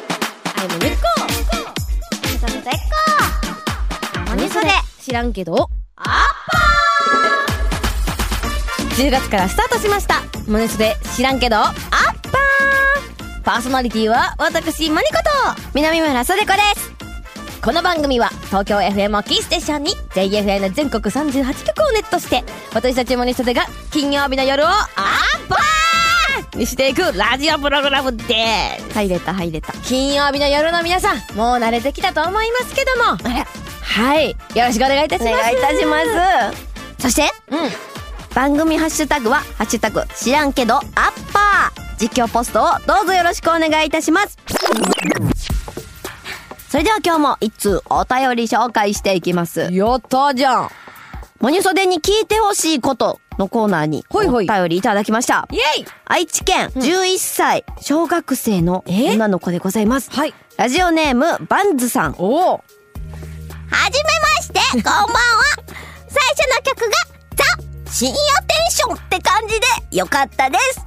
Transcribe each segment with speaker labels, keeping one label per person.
Speaker 1: の根っこ
Speaker 2: みそみそエッコ
Speaker 1: 何それ知らんけどアッパー10月からスタートしましたマネスで知らんけどアッパーパーソナリティは私マニコと
Speaker 2: 南村そでこです
Speaker 1: この番組は東京 FM をキーステーションに JFN 全国38局をネットして私たちモニステが金曜日の夜をアッパーにしていくラジオプログラムです
Speaker 2: 入れた入れた
Speaker 1: 金曜日の夜の皆さんもう慣れてきたと思いますけどもはいよろしくお願いいたし
Speaker 2: お
Speaker 1: ます
Speaker 2: 願いいたしますそして
Speaker 1: うん
Speaker 2: 番組ハッシュタグは「ハッシュタグ知らんけどアッパー」実況ポストをどうぞよろしくお願いいたしますそれでは今日も一通お便り紹介していきます
Speaker 1: やったじゃん
Speaker 2: モニソデに聞いてほしいことのコーナーにお
Speaker 1: ほいほい
Speaker 2: 便りいただきました
Speaker 1: イエイ
Speaker 2: 愛知県11歳小学生の
Speaker 1: え
Speaker 2: 女の子でございます
Speaker 1: はい
Speaker 2: ラジオネームバンズさん
Speaker 1: おお
Speaker 2: はじめまして、こんばんは。 最初の曲が、ザ・深夜テンションって感じで、よかったです。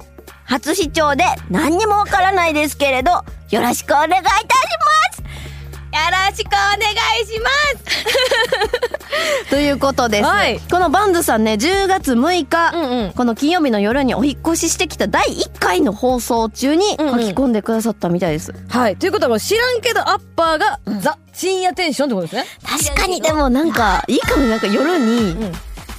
Speaker 2: 初視聴で何にもわからないですけれど、よろしくお願いいたし
Speaker 1: よろしくお願いします
Speaker 2: ます。ということです、ね
Speaker 1: はい
Speaker 2: このバンズさんね、10月6日、
Speaker 1: うんうん
Speaker 2: この金曜日の夜にお引っ越ししてきた第1回の放送中に書
Speaker 1: うんうん
Speaker 2: き込んでくださったみたいです。
Speaker 1: はいということは知らんけどアッパーが、ザ深夜テンションってことですね
Speaker 2: 確かに、でもなんか、いいかもねなんか夜に
Speaker 1: ん、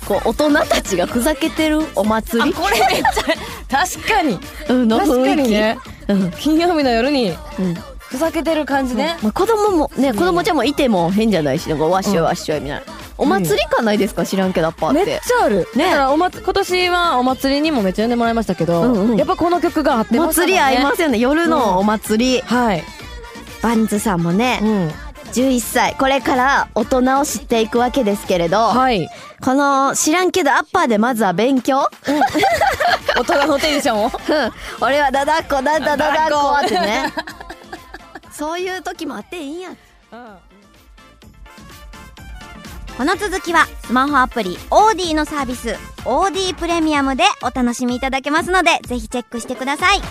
Speaker 2: こう、大人たちがふざけてるお祭
Speaker 1: あ
Speaker 2: り、
Speaker 1: これめっちゃ確かに
Speaker 2: うんの
Speaker 1: 確
Speaker 2: 雰
Speaker 1: か
Speaker 2: 囲
Speaker 1: に
Speaker 2: 気。
Speaker 1: ね
Speaker 2: うん
Speaker 1: 金曜日の夜に
Speaker 2: うん
Speaker 1: ふざけてる感じね、
Speaker 2: まあ、子供もね子供ちゃんもいても変じゃないしなんかわっしょいわっしょいみたいな、お祭り感ないですか知らんけどアッパー
Speaker 1: め
Speaker 2: っ
Speaker 1: っち
Speaker 2: て
Speaker 1: ゃある、ね、だからおまつ今年はお祭りにもめっちゃ呼んでもらいましたけど、
Speaker 2: うんうん
Speaker 1: やっぱこの曲があって
Speaker 2: お
Speaker 1: ましたもん
Speaker 2: 祭
Speaker 1: ね
Speaker 2: り合いますよね夜のお祭り、
Speaker 1: はい、
Speaker 2: バンズさんもね
Speaker 1: うん、
Speaker 2: 11歳これから大人を知っていくわけですけれど、
Speaker 1: はい
Speaker 2: この知らんけどアッパーでまずは 勉強
Speaker 1: 大人のテンションを
Speaker 2: うん俺はだだっこだだだだっ
Speaker 1: だ
Speaker 2: こ
Speaker 1: だっこ
Speaker 2: ってねそういう時もあっていいんや この続きはスマホアプリオーディのサービスオーディプレミアムでお楽しみいただけますのでぜひチェックしてください